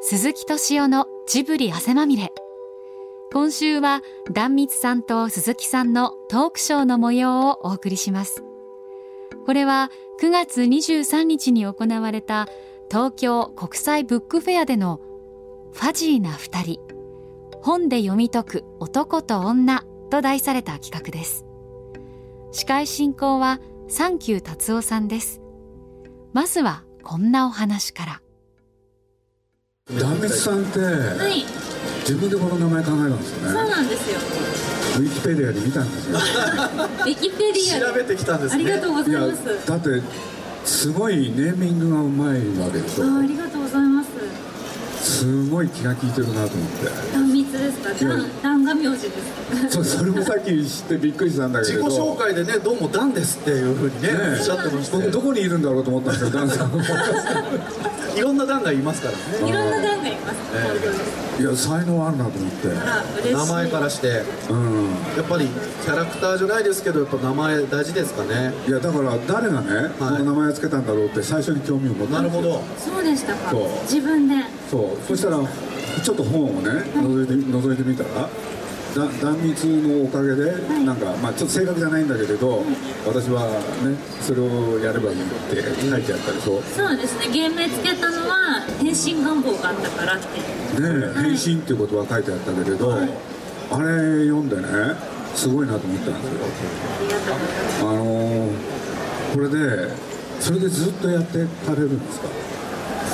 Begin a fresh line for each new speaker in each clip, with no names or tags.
鈴木敏夫のジブリ汗まみれ今週は壇蜜さんと鈴木さんのトークショーの模様をお送りしますこれは9月23日に行われた東京国際ブックフェアでのファジーな2人本で読み解く男と女と題された企画です司会進行は三級達夫さんですまずはこんなお話から
壇蜜さんって
はい、
自分でこの名前考えたんですよ
そう
ね
なんですよ。
ウィキペディアで見たんですよ
ウィキペディア
調
で。
べてきたんです
ありが
ね
とうご
い
ざい
や
ます。
だってすごいネーミングがうまいわけでしょ
あ、ありがとうございます。
すごい気が利いてるなと思っ
断密ですか。断、断が名字で す。
てそそれもさっき知ってびっくりしたんだけ
自
れ
己
ど
紹介でねどうもダンですっていうふうにね
ね
おっしゃってました
僕
よ
どこにいるんだろうと思ったんですよダンさ ん
いろんなダンがいますからね
いろんな断がいます。本当です。
いや才能あるなと思って
あら、嬉しい。
名前からしてや
うん
っぱりキャラクターじゃないですけどやっぱ名前大事ですかね
いやだから誰がね、この名前をつけたんだろうって最初に興味を持っ
な
た
んる
です
ほ
よ
ど
そうでしたか
そう。
自分で。
そうそしたらちょっと本をね覗いて覗いてみたらだ断蜜のおかげで、
い
なんか、まあ、ちょっと正確じゃないんだけれど、私はねそれをやればいいって書いてあったでしょ、ね
そうですね。芸名つけたのは変身願望があったからっていう。
え
い
変身っていうことは書いてあったけれど、あれ読んでねすごいなと思ったんですよ
ありがとうございます。
あのーこれでそれでずっとやってかれるんですか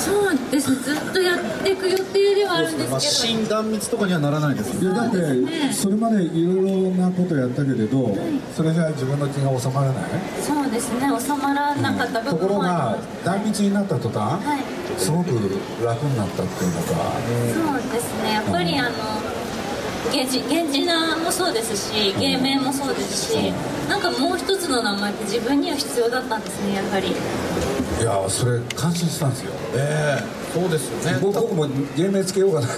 そうですね。ずっとやっていく予定ではあるん
まあ
ですけど。
新断密とかにはならないです
いやだって
ね
それまでいろいろなことやったけれど、それじゃ自分の気が収まらない
そうですね。収まらなかった部
とこ
分
ろ
も
が
ありま
断蜜になった途端、
はい
すごく楽になったっていうのか、
そうですねやっぱりあの源氏源氏名もそうですし芸名もそうですしなんかもう一つの名前って自分には必要だったんですねやはり
いやーそれ感心したんですよ
ええそうですよね
僕僕も芸名つけようかなと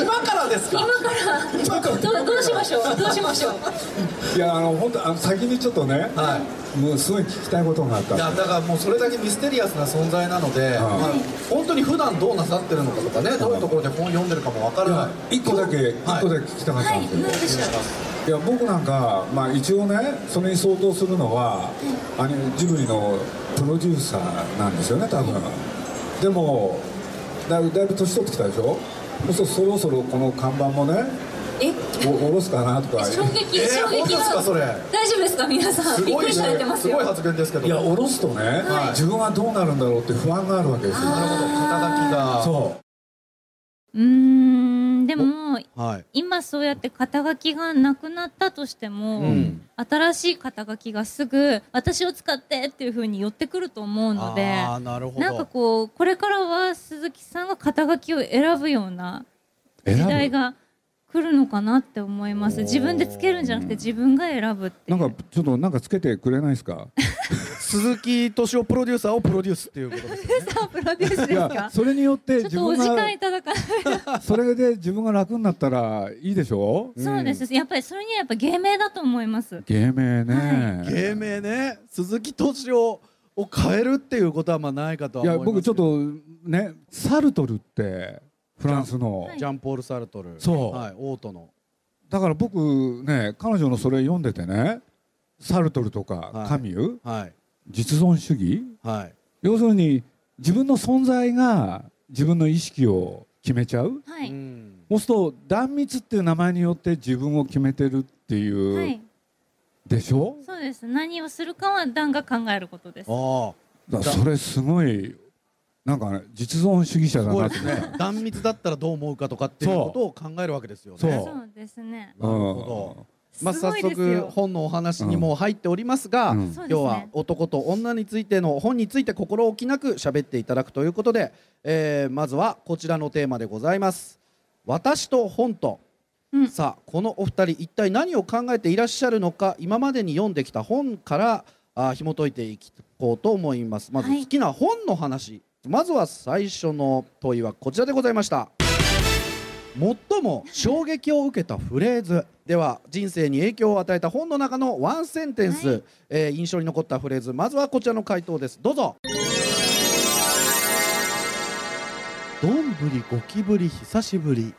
今からです
今
か
から
今から
どうどうしましょうどうしましょう
いやーあの本当あの先にちょっとね、
は
もうすごい聞きたいことがあった
いやだからもうそれだけミステリアスな存在なので、まあ本当に普段どうなさってるのかとかねどういうところで本読んでるかもわからない
1個だけ、一個だけ聞きたかった
は
んで
い
すよ、
何でしょ
いや僕なんか、まあ、一応ねそれに相当するのは、あのジブリのプロデューサーなんですよね多分、でもだいぶだいぶ年取ってきたでしょそうするとそろそろこの看板もね
うえ
お下ろすかなとか
衝撃
えー
衝
本当
撃
ですかそれ
大丈夫ですか皆さ
す
んびっ
ご
く
い
り
ね
されてます
すごい
よ
発言ですけど
いや下ろすとね、
はい
自分はどうなるんだろうって不安があるわけですよ
なるほど肩書きが
そう
うーんでも
はい
今そうやって肩書きがなくなったとしても、新しい肩書きがすぐ私を使ってっていう風に寄ってくると思うので
あーなるほど
んかこうこれからは鈴木さんが肩書きを選ぶような時代が来るのかなって思います自分でつけるんじゃなくて自分が選ぶってい
な
うん
かちょっとなんかつけてくれないですか
鈴木敏夫プロデューサーをプロデュースっていうことですよね
さあプロデュース
い
です
や
か
それによって
ちょっ
自
とお
分
時
が
間いただかない
それで自分が楽になったらいいでしょ
そうですやっぱりそれにはやっぱ芸名だと思います
芸名ね、
芸名ね鈴木敏夫を変えるっていうことはまあないかとはい思
や
いますけど
僕ちょっとねサルトルってフランスの、
ジャンポール・サルトル
そう
はい、オートの
だから僕ね彼女のそれ読んでてねサルトルとか、
はい
カミュ
はい
実存主義
はい
要するに自分の存在が自分の意識を決めちゃう
はい、
うん
そうすると断蜜っていう名前によって自分を決めてるっていう、
はい
でしょ
そうです何をするかは段が考えることです
あ
だからそれすごいなんか、ね、実存主義者
あす
だ
ご
ないって
ですね断密だったらどう思うかとかっていうことを考えるわけですよね
そう
そうですね
なるほどまあ、
すご
早
いですよ
速本のお話にも入っておりますが、
うんうん
そうですね
今日は男と女についての本について心置きなく喋っていただくということで、えーまずはこちらのテーマでございます「私と本と」
うん
さあこのお二人一体何を考えていらっしゃるのか今までに読んできた本からあー紐解いていこうと思いますまず
はい
好きな本の話、まずは最初の問いはこちらでございました最も衝撃を受けたフレーズでは人生に影響を与えた本の中のワンセンテンス、
は
えー印象に残ったフレーズまずはこちらの回答ですどうぞどんぶりゴキブリ久しぶり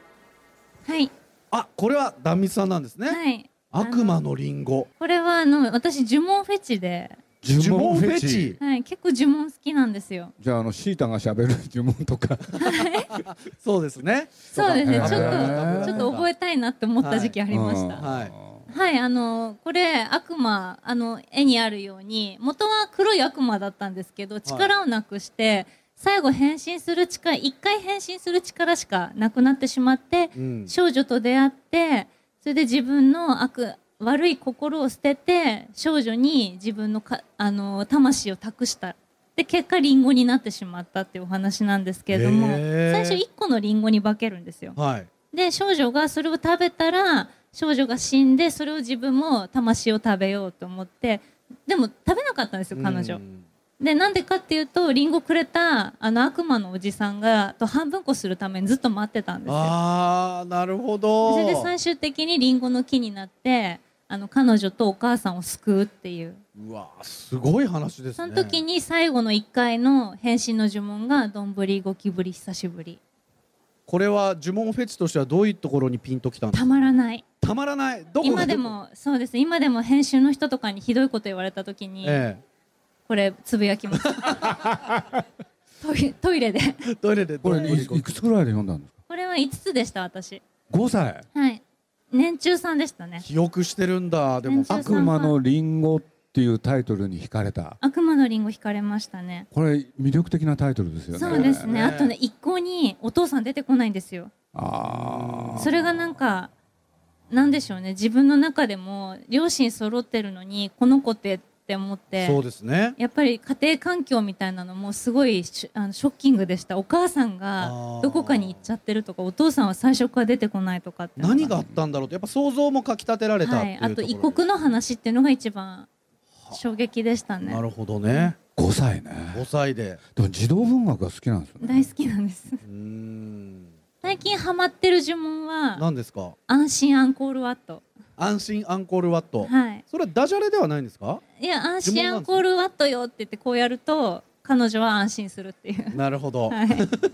はい
あこれは壇蜜さんなんですね、
はい
悪魔のリンゴ
これはあの私呪文フェチで、
呪文フェチ
はい、結構呪文好きなんですよ
じゃああのシータがしゃべる呪文とか
そうですね
そうですね
へー
ちょっとちょっと覚えたいなって思った時期ありました、
うん
はい
はい、あのこれ悪魔あの絵にあるように元は黒い悪魔だったんですけど力をなくして、最後変身する力一回変身する力しかなくなってしまって、
うん
少女と出会ってそれで自分の悪悪い心を捨てて少女に自分のかあの魂を託したで結果リンゴになってしまったっていうお話なんですけれども
へー
最初1個のリンゴに化けるんですよ。
はい
で少女がそれを食べたら少女が死んでそれを自分も魂を食べようと思ってでも食べなかったんですよ彼女
うん
でなんでかっていうとリンゴくれたあの悪魔のおじさんがと半分こするためにずっと待ってたんですよ
ああなるほ
そ
ど
れで最終的にリンゴの木になってあの彼女とお母さんを救うっていう
うわーすごい話ですね
その時に最後の1回の変身の呪文が「どんぶりゴキブリ久しぶり
これは呪文フェチとしてはどういうところにピンときたん」です
た
か
まらない
たまらないどこ
今でもそうです今でも編集の人とかにひどいこと言われた時に、
え
これつぶやきます トイトイレで
えトイレで
これ
どん
ね
ぶり
い
ゴキ
いくつぐらいで読んだんですか
これは5つでした私
5歳
はい年中さんでしたね
記憶してるんだで
全
も
然
悪魔のリンゴっていうタイトルに惹かれた
悪魔のリンゴ惹かれましたね
これ魅力的なタイトルですよね
そうですね
ね
あとね一向にお父さん出てこないんですよ
ああ
それがなんかなんでしょうね自分の中でも両親揃ってるのにこの子ってって思って
そうですね
やっぱり家庭環境みたいなのもすごいショあのショッキングでしたお母さん
あ
が
ー
どこかに行っちゃってるとかお父さんは最初から出てこないとかっていうの
何があったんだろうとやっぱ想像もかきたてられたっ
は
てい
いう
とこ
あ
ろ
と
で
異国の話っていうのが一番衝撃でしたね
なるほどね
5歳ね
5歳で
でも児童文学が好きなんですよね
大好きなんです
うーん
最近ハマってる呪文は
何ですか
安心アンコールワット
安心アンコールワット
はい
それはダジャレではないんですか
いや安心アンコールワットよって言ってこうやると彼女は安心するっていう、
なるほど
はい、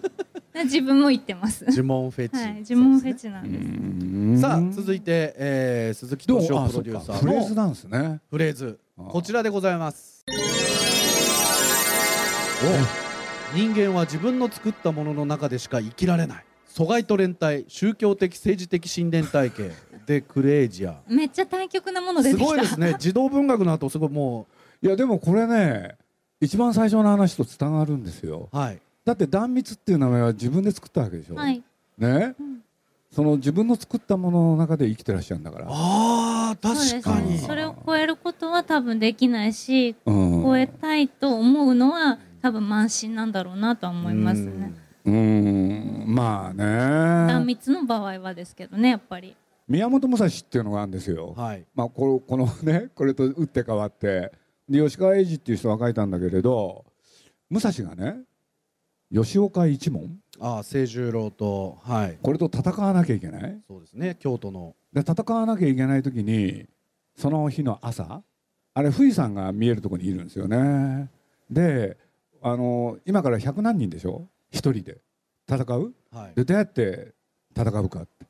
自分も言ってます
呪文フェチ
はい呪文フェ
チ
チなんです
さあ続いてえー鈴木
どう
敏夫
あ
プ
そう
ロデューサ
か
ー
フレーズ
の
なんですね
フレーズ
あー
こちらでございます人間は自分の作ったものの中でしか生きられない疎外と連帯宗教的政治的信念 体系でクレイジア
めっちゃ対極なもの出
す
てきた
ごいですね児童文学の後すごいも
いやでもこれね一番最初の話とつながるんですよ
うはい
だって壇蜜っていう名前は自分で作ったわけでしょ、
はい
ね、
ん
その自分の作ったものの中で生きてらっしゃるんだから
あ
そうです
ー確かに
それを超えることは多分できないし
うん
超えたいと思うのは多分満身なんだろうなとは思いますね
うんまあ
断
ね
密の場合はですけどねやっぱり
宮本武蔵っていうのがあるんですよ、
はい
まあ、このこのねこれと打って変わってで吉川英治っていう人が書いたんだけれど武蔵がね吉岡一門
ああ清十郎とはい
これと戦わなきゃいけない
そうですね京都の
で戦わなきゃいけない時にその日の朝あれ富士山が見えるところにいるんですよねであの今から100何人でしょ一人で戦う
はい
でどうやって戦うかって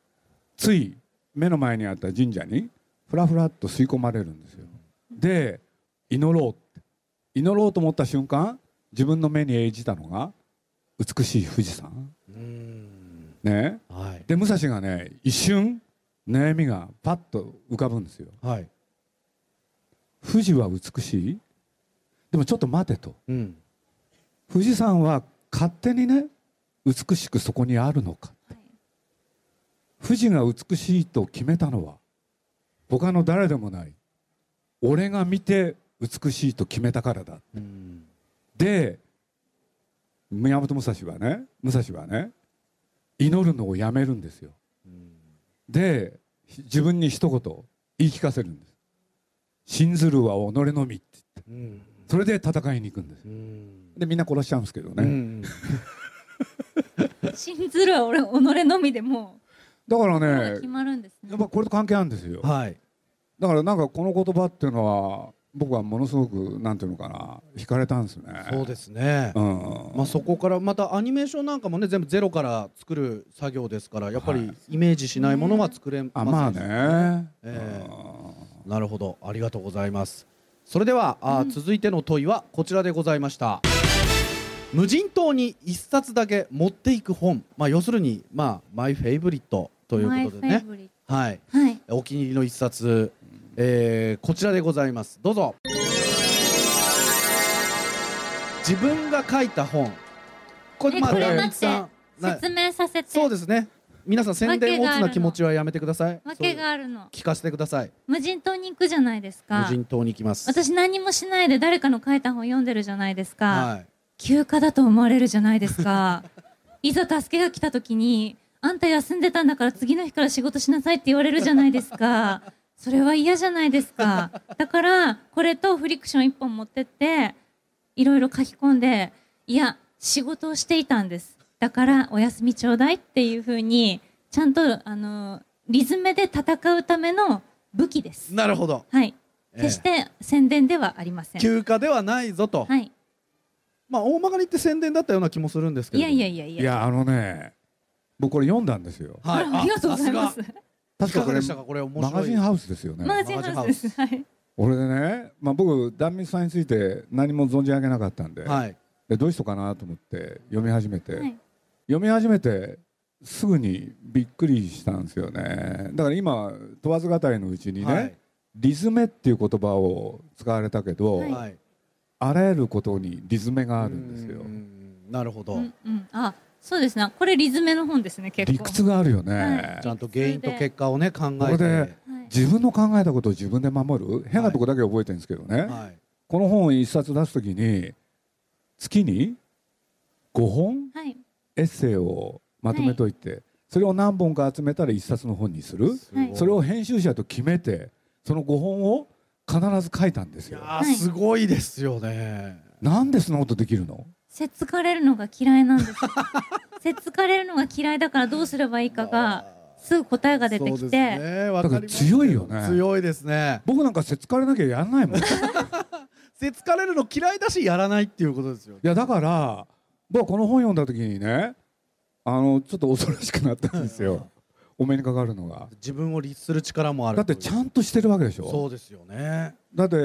つい目の前にあった神社にふらふらっと吸い込まれるんですよで祈ろうって祈ろうと思った瞬間自分の目に演じたのが美しい富士山
うーん
ね
はい
で武蔵がね一瞬悩みがパッと浮かぶんですよ
はい
富士は美しいでもちょっと待てと
うん
富士山は勝手にね美しくそこにあるのか、富士が美しいと決めたのは他の誰でもない俺が見て美しいと決めたからだ
うん
で宮本武蔵はね武蔵はね祈るのをやめるんですよでひ自分に一言言い聞かせるんです信ずるは己のみって言って
うん
それで戦いに行くんです
うん
でみんな殺しちゃうんですけどね、
うん
信ずるは俺己のみでも
だから
う
ね
決まるんです
や
ね
っぱこれと関係あるんですよ
はい
だからなんかこの言葉っていうのは僕はものすごくなんていうのかな惹かれたんですね
そうですね
う、ん
まあ、そこからまたアニメーションなんかもね全部ゼロから作る作業ですからやっぱ
は
りイメージしないものは作れませんし
あまあね、
ええ
うん
なるほどありがとうございますそれではあー、続いての問いはこちらでございました無人島に一冊だけ持っていく本まあ要するにまあマイフェイブリットということで
マイ
ね
フェイブリッ
はい
トはい
お気に入りの一冊、えーこちらでございますどうぞ自分が書いた本こ
えこれ
大
待っ
吉さん
て
な
説明させて
そうですね皆さん宣伝を打つな気持ちはやめてください
わけがあるの
そう聞かせてください
無人島に行くじゃないです
無
か
人島に行きます
私何もしないで誰かの書いた本読んでるじゃないですか、
はい
休暇だと思われるじゃないですか いざ助けが来た時にあんた休んでたんだから次の日から仕事しなさいって言われるじゃないですかそれは嫌じゃないですかだからこれとフリクション1本持ってっていろいろ書き込んでいや仕事をしていたんですだからお休みちょうだいっていうふうにちゃんとあのリズムで戦うための武器です
なるほど
はい
ええ
決して宣伝ではありません、
休暇ではないぞと、
はい、
まあ大まかに言って宣伝だったような気もするんですけ
い
ど
やいやいやい
い
や
やあのね僕これ読んだんですよ
はい
あありがとうございま
さ
す。
がい
確か
かが
こ
で
れ
したかこれ面
マガ
白
ジ
い
ンハウスですよね
マージンハウスです。はい。
俺ね、まあ、僕壇蜜さんについて何も存じ上げなかったんで,、
はい
でどうしようかなと思って読み始めて、
はい
読み始めてすぐにびっくりしたんですよねだから今問わず語りのうちにね、
はい
リズメっていう言葉を使われたけど、
はい
はい
あらゆることにリズメがあるんですよ
うーんなるほど、
うんうん。あ、そうですね。これリズメの本ですね。結構。
理屈があるよね、
は
ちゃんと原因と結果をね考
これ
え
で
て
はい。
自分の考えたことを自分で守る変なとこだけ覚えてるんですけどね、
はい
この本一冊出すときに月に5本
はい。
エッセイをまとめといて、それを何本か集めたら一冊の本にする
はい
それを編集者と決めてその5本を必ず書いたんです
いや
よ
ーすごいですよね、
なんでそんなことできるの
せっつかれるのが嫌いなんです。せっつかれるのが嫌いだからどうすればいいかがすぐ答えが出て
そ
き
う
て、
ですねわかりますけど
だから強いよね
強いですね
僕なんかせつかれなきゃやらないもんい
せつかれるの嫌いだしやらないっていうことですよね
やだから僕はこの本読んだ時にねあのちょっと恐ろしくなったんです よお目にかかるのが
自分を律する力もある
だってちゃ
ん
んとしてるわけでし
そ
ょ
うですよね
だって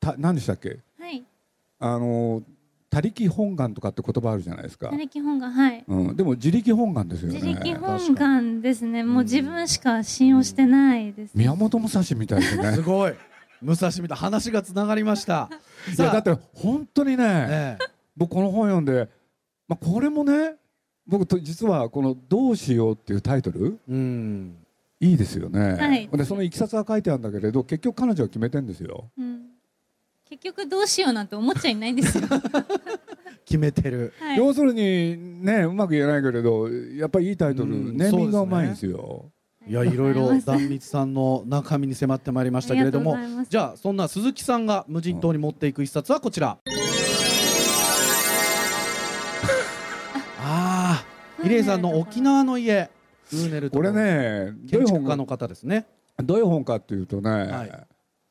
た何でしたっけ
はい。
あの他力本願とかって言葉あるじゃないですか
他、力本願はい。
うん、でも自力本願ですよね
自力本願ですね。もう自分しか信用してないです。
宮本武蔵みたい です
す
ね
ごい武蔵みたい話がつながりました
いやだって本当にね、
ええ
僕この本読んで、まあ、これもね僕と実はこの「どうしよう」っていうタイトル
うん
いいですよね、
はい
でそのいきさつは書いてあるんだけれど結局彼女は決めてんですよ
うん。結局どうしようなんて思っちゃいないんですよ。
決めてる
はい。
要するにねうまく言えないけれどやっぱりいいタイトル、
うん
ネーミングが
そうですね
うまいんですよ
いやいろい
あ
ろ
りがとうございます
壇蜜さんの中身に迫ってまいりましたけれども
ありがとうございます
じゃあそんな鈴木さんが無人島に持っていく一冊はこちら、ああ入江さんの沖縄の家ウーネルと
これねどういう
建築
本
家
か
の方ですね
どういう本かっていうとね、
はい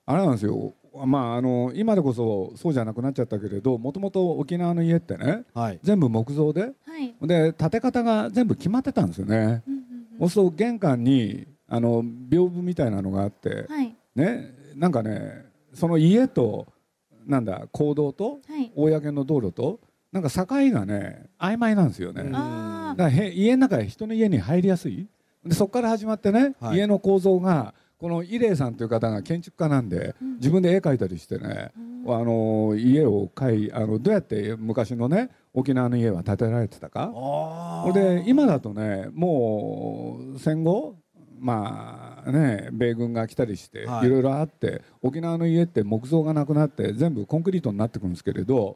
あれなんですよまああの今でこそそうじゃなくなっちゃったけれどもともと沖縄の家ってね
はい
全部木造で
はい。
で建て方が全部決まってたんですよね、
うんうん
そうすると玄関にあの屏風みたいなのがあって、
うんはい。
ねなんかねその家となんだ公道と
はい。
公の道路となんか境がね曖昧なんですよね、
うん
だか
ああ。
らへ家の中で人の家に入りやすいでそこから始まってね、
はい
家の構造がこの伊礼さんという方が建築家なんで、
うん
自分で絵描いたりしてね、
うん
あの家を描いあのどうやって昔のね沖縄の家は建てられてたか
あ
これで今だとねもう戦後まあね米軍が来たりして、
はい
い、ろいろあって沖縄の家って木造がなくなって全部コンクリートになってくるんですけれど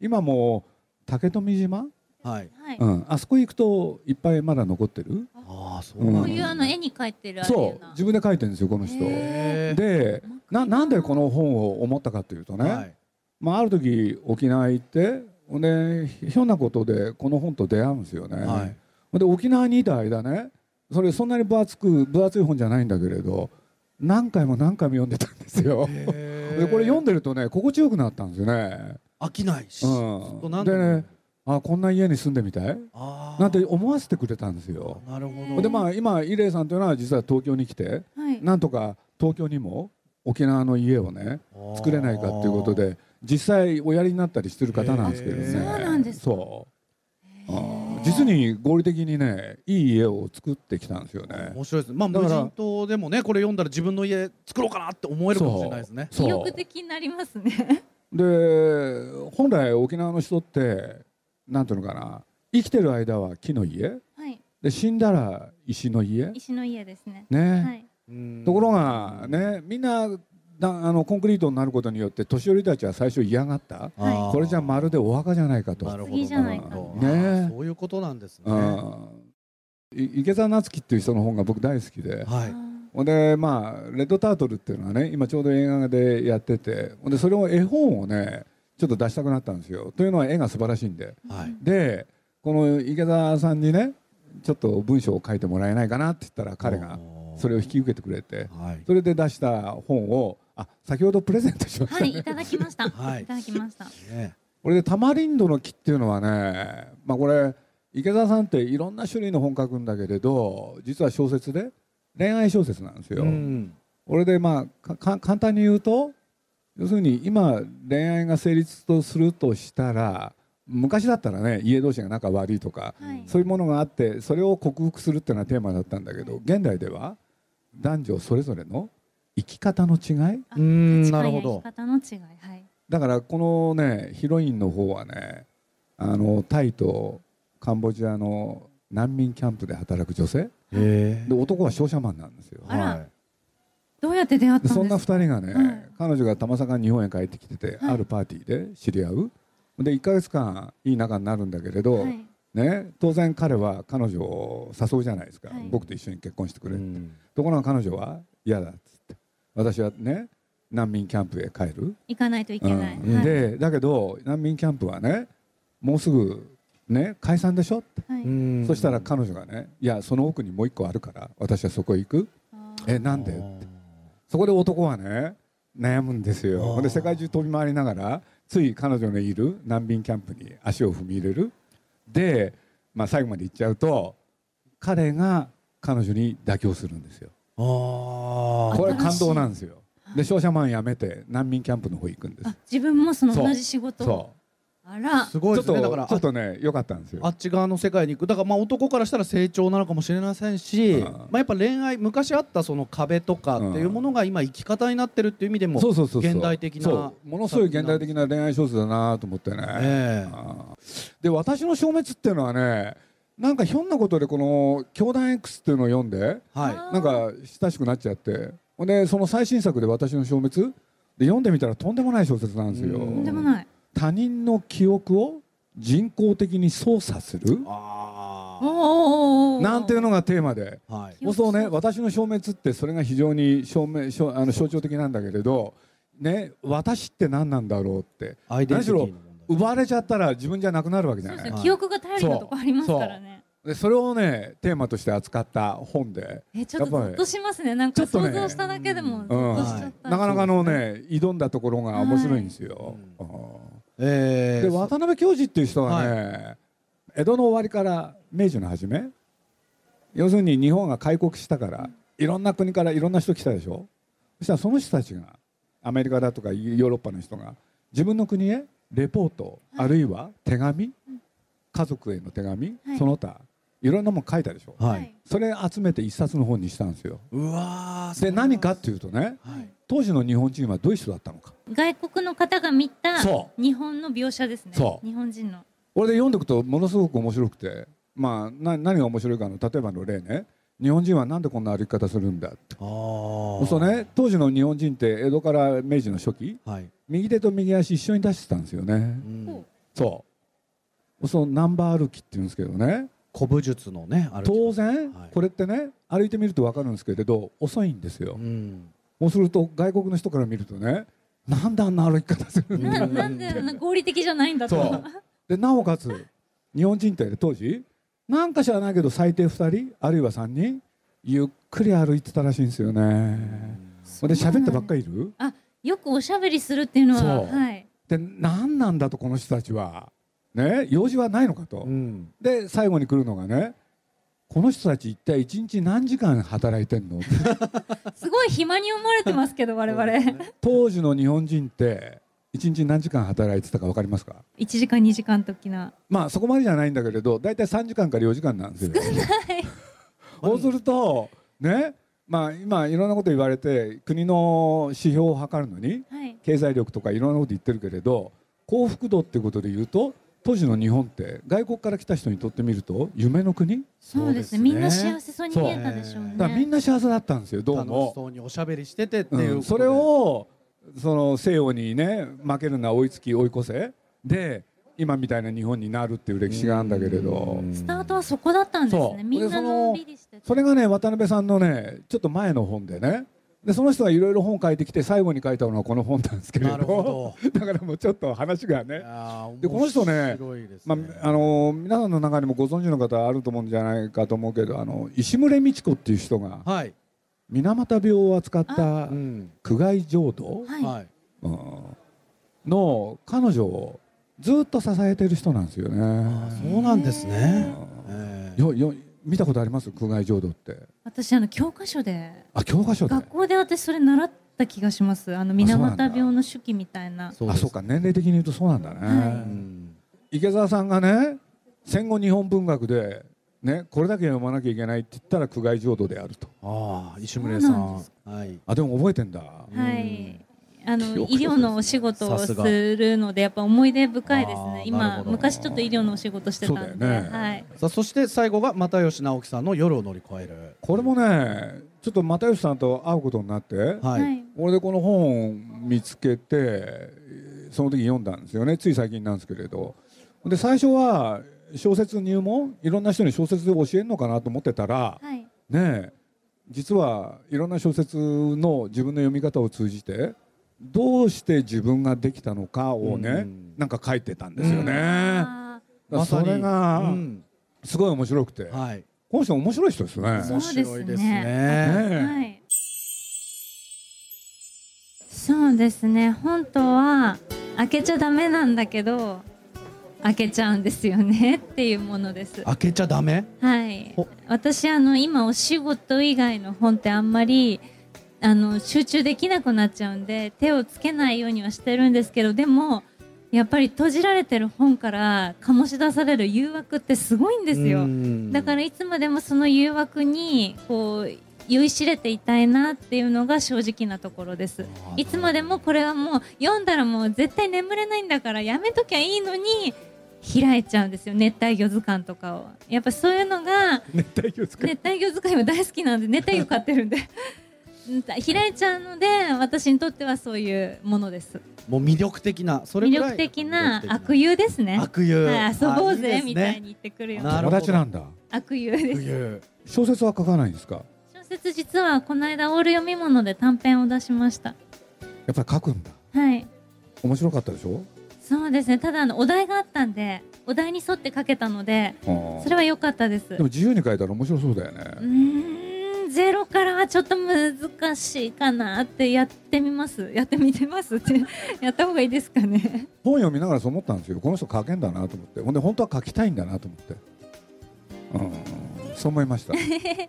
今もう竹富島、
はい
はい。
うん、あそこ行くといっぱいまだ残ってる
ああそう
うん
な
こ
ん
ういう
だ
あの絵に描いてるあれや
そう
な。
自分で書いてるんですよこの人。
へー
でななんでこの本を思ったかというとね、
はい
まあ、ある時沖縄行ってほんでひょんなことでこの本と出会うんですよね。
はい
で沖縄にいた間ねそれそんなに分厚く分厚い本じゃないんだけれど何回も何回も読んでたんですよ。
へ
でこれ読んでるとね心地よくなったんですよね。
飽きないし、ずっと
う
何
ん、
度
で
も
ねあこんな家に住んでみたい
あー
なんて思わせてくれたんですよ。
なるほど
でまあ今伊礼さんというのは実は東京に来て
はい
なんとか東京にも沖縄の家をね作れないかということで実際おやりになったりしてる方なんですけどね
へー
そうなんですか
そうあー実に合理的にねいい家を作ってきたんですよね
面白いですねまあ
だか
無
ら
人島でもねこれ読んだら自分の家作ろうかなって思えるかもしれないですね
そう
意欲的になりますね
で本来沖縄の人ってなんていうのかな生きてる間は木の家
はい
で死んだら石の家
石の家ですね
ね、
はい
ところ
が
がねみんなだあのコンクリートになることによって年寄りたちは最初嫌がった
はい
これじゃまるでお墓じゃないかと
なるほど
次じゃないか
なるほど
ねえ
あーそういうことなんですね
う
は
んい池澤夏樹っていう人の本が僕大好きで、
い
ほんでまあ「レッドタートル」っていうのはね今ちょうど映画でやっててほんでそれを絵本をねちょっと出したくなったんですよというのは絵が素晴らしいんで
はい
でこの池澤さんにねちょっと文章を書いてもらえないかなって言ったら彼がそれを引き受けてくれて
はい
それで出した本をあ先ほどプレゼントしました、
はいいただき ました、
はい
い、ただきました
ね
これでタマリンドの木っていうのはね、まあ、これ池澤さんっていろんな種類の本書くんだけれど実は小説で恋愛小説なんですよ。
うん
これでまあかか簡単に言うと要するに今恋愛が成立とするとしたら昔だったらね家同士が仲悪いとか、
はい
そういうものがあってそれを克服するっていうのはテーマだったんだけど現代では男女それぞれの生き方の違い
あ
うーん
価値観
なるほ
や生
ど
き方の違いはい
だからこのねヒロインの方はねあのタイとカンボジアの難民キャンプで働く女性
へ
で男は商社マンなんですよ
あら
はい
どうやって出会ったん
で
ですか
そんな2人がね、
うん
彼女がたまさか日本へ帰ってきてて、
はい
あるパーティーで知り合うで1か月間いい仲になるんだけれど、
はい
ね、当然彼は彼女を誘うじゃないですか、
はい
僕と一緒に結婚してく
う
れ、
ん
ところが彼女は嫌だっつって私はね難民キャンプへ帰る、
行かないといけない、
うん
はい、
でだけど難民キャンプはねもうすぐ、ね、解散でしょって、
はい
うん
そしたら彼女がねいやその奥にもう一個あるから私はそこへ行く
あー
えなんでってそこで男はね悩むんですよ
あー
ほんで世界中飛び回りながらつい彼女のいる難民キャンプに足を踏み入れるで、まあ、最後まで行っちゃうと彼が彼女に妥協するんですよ
あー
これ感動なんですよで商社マン辞めて難民キャンプの方行くんで
あ
す
自分もその
そう
同じ仕事
そ
あら
す
う
ごい
ちょっと
ですねだから
ちょっとね良かったんですよ
あっち側の世界に行くだからまあ男からしたら成長なのかもしれませんし、
うん
まあ、やっぱ恋愛昔あったその壁とかっていうものが今生き方になってるっていう意味でも
そうそうそうそう
現代的な
そうものすごい現代的な恋愛小説だなと思ってね、
ええ
あーで私の消滅っていうのはねなんかひょんなことでこの「教団 X」っていうのを読んで
はい
あー
なんか親しくなっちゃってほんでその最新作で「私の消滅」で読んでみたらとんでもない小説なんですよ
うん
とんでもない
他人の記憶を人工的に操作する
あー
おー
なんていうのがテーマで
はい
よく
そうね私の消滅ってそれが非常に証明証あの象徴的なんだけれど、ね、私って何なんだろうって
アイデンティティの問題
奪われちゃったら自分じゃなくなるわけじ
そ
ゃ
うで
ない
すね記憶が頼りなとこありますからね
でそれをねテーマとして扱った本で、
えちょっと
やっぱ
ゾ
り
ッとしますねなんか
ちょっと
想
ね
像しただけでもゾ
うん
ッとしちゃった、
なかなかのね挑んだところが面白いんですよ。うん
え
で
ー、
渡辺教授っていう人はね、江戸の終わりから明治の初め要するに日本が開国したからいろんな国からいろんな人来たでしょそしたらその人たちがアメリカだとかヨーロッパの人が自分の国へレポートあるいは手紙家族への手紙
はい
その他いろんなもん書いたでしょ
は
はいい、
それ集めて一冊の本にしたんですよ
うわー
で何かっていうとね
はい
当時の日本人はどういう人だったのか
外国の方が見た
そ
日本の描写ですね
そう
日本人の
これで読んでいくとものすごく面白くて、まあ、な何が面白いかの例えばの例ね日本人はなんでこんな歩き方するんだって
あー
そうね当時の日本人って江戸から明治の初期
はい、
右手と右足一緒に出してたんですよね、
うん、
そうそのナンバー歩きっていうんですけどね
古武術のねある
当然
はい
これってね歩いてみると分かるんですけれど遅いんですよ
うん
そうすると外国の人から見るとねなんであんな歩き方するんだ
ななんであんな合理的じゃないんだ
そ
と
うでなおかつ日本人って当時なんか知らないけど最低2人あるいは3人ゆっくり歩いてたらしいんですよねで喋ってばっかりいる
あよくおしゃべりするっていうのは、
そう
はい、
で何なんだとこの人たちは、ね、用事はないのかと、
うん
で最後に来るのがねこの人たち一体一日何時間働いてんの
すごい暇に思われてます けど我々、
当時の日本人って一日何時間働いてたか分かりますか
1時間2時間的な
まあそこまでじゃないんだけれど大体3時間から4時間なんですよ。そうするとねまあ今いろんなこと言われて国の指標を測るのに
はい
経済力とかいろんなこと言ってるけれど幸福度っていうことで言うと当時の日本って外国から来た人にとってみると夢の国
そうですねみんな幸せそうに見えたでしょうね
だからみんな幸せだったんですよどう
楽
も
し。そうにおしゃべりしててって
う、
いうん
それをその西洋にね負けるな追いつき追い越せで今みたいな日本になるっていう歴史があるんだけれど
スタートはそこだったんです
そ
ね
う
みんなのんびりしてて
それがね渡辺さんのねちょっと前の本でねでその人がいろいろ本を書いてきて最後に書いたのはこの本なんですけれど
なるほ
だからもうちょっと話がねで
で
この人ねまああの
の
皆さんの中にもご存知の方あると思うんじゃないかと思うけどあの石牟美智子っていう人が
はい、
水俣病を扱った
うん
苦害浄土
はい、
はい、
うんの彼女をずっと支えてる人なんですよね。
そうなんですね
う
えー
んよよ見たことあります空外浄土って。
私あの教科書で
あ教科書で。
学校で私それ習った気がしますあの水
そうなん
俣
だ
病の手記みたいな
そうで
あ
す
そうか年齢的に言うとそうなんだね。
は
うん
池澤さんがね戦後日本文学でねこれだけ読まなきゃいけないって言ったら空外浄土であると。
ああ石村さ
そうなんんで
はい
あでも覚えてんだ。
はい。あの
記憶力
医療のお仕事を
さ
す
すが
るのでやっぱ思い出深いです
あー
ね
なる
今
ほど
昔ちょっと医療のお仕事してたんで、
そうだよね
はい、
さあそして最後が又吉直樹さんの夜を乗り越える
これもねちょっと又吉さんと会うことになって。
はい、
はい
俺でこの本を見つけてえーその時読んだんですよねつい最近なんですけれどで最初は小説入門いろんな人に小説で教えるのかなと思ってたら
はい、
ねえ実はいろんな小説の自分の読み方を通じてどうして自分ができたのかを
う
ね
ん
なんか書いてたんですよね。だか
あ
らそれ
う
が
ん
すごい面白くて
はい
この人面白い人ですね。
そう
面
ですね
白いです
ね
ね
ー
え
はい、そうですね本当は開けちゃダメなんだけど開けちゃうんですよねっていうものです
開けちゃダメ
はい
お、
私あの今お仕事以外の本ってあんまりあの集中できなくなっちゃうんで手をつけないようにはしてるんですけどでもやっぱり閉じられてる本から醸し出される誘惑ってすごいんですよだから
ら
いつまでもその誘惑にこう酔いしれていたいなっていうのが正直なところですいつまでもこれはもう読んだらもう絶対眠れないんだからやめときゃいいのに開いちゃうんですよ熱帯魚図鑑とかをやっぱそういうの が
熱帯魚使い
熱帯魚図鑑は大好きなんで熱帯魚飼ってるんで うん開いちゃうので私にとってはそういうものです
もう魅力的なそれ
魅
ぐらい
力的な悪
友
友ですね
悪友
はい遊ぼうぜ
あいいですね
みたいに言ってくるような
なる
友
ほど
達なんだ。
悪友です
悪友
小説は書かないんですか。
小説実はこの間オール読み物で短編を出しました
やっぱり書くんだ。
はい
面白かったでしょ
そうですねただあのお題があったんでお題に沿って書けたのでそれは良かったです
でも自由に書いたら面白そうだよ
う
ね。
ーんゼロからはちょっと難しいかなってやってみますやってみてます ってやった方がいいですかね
本読みながらそう思ったんですよ。この人書けんだなと思って。ほんで本当は書きたいんだなと思って。うん、そう思いま した。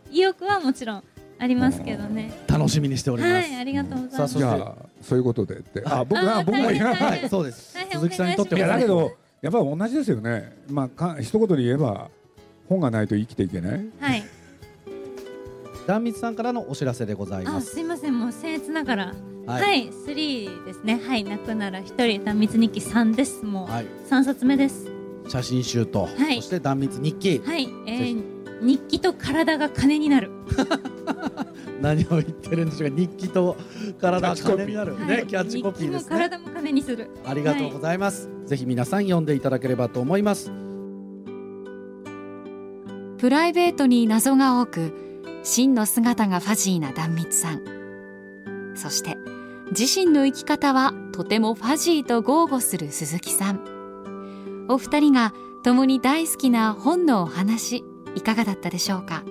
意欲はもちろんありますけどね
楽しみにしておりま
は
す
いありがとうござい
さあ
ま
そ
す
じゃあそういうことでって。あ、僕
あ
は
ー
僕は
大
言
変
わない。
はいそうです
大変
鈴木さんにとって
お
いや
願
だ
いします
けどやっぱり同じですよね。まあか一言で言えば本がないと生きていけない。
はい
壇蜜さんからのお知らせでございま
あ
す
すいませんもう僭越ながら
は
はいい、3ですねはい泣くなら一人断蜜日記3ですもう
はい
3冊目です
写真集と
はい
そして壇蜜日記
はい、え
ぜひ
ー、日記と体が金になる
何を言ってるんでしょうか日記と体が
キャッチコピー
金になる
は
ね
い
キャッチコピーで
日
す
記も
ね
体も金にする
ありがとうございますぜひ皆さん読んでいただければと思います
プライベートに謎が多く真の姿がファジーな壇蜜さんそして自身の生き方はとてもファジーと豪語する鈴木さんお二人が共に大好きな本のお話いかがだったでしょうか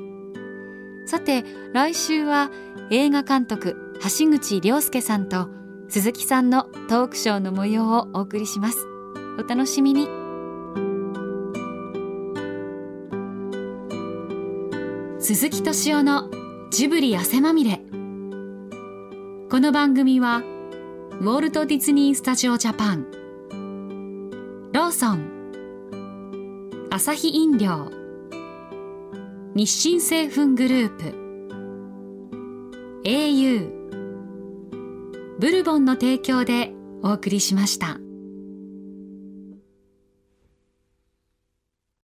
さて来週は映画監督橋口亮介さんと鈴木さんのトークショーの模様をお送りしますお楽しみに鈴木敏夫のジブリ汗まみれこの番組はウォルト・ディズニー・スタジオ・ジャパンローソンアサヒ飲料日清製粉グループ au ブルボンの提供でお送りしました。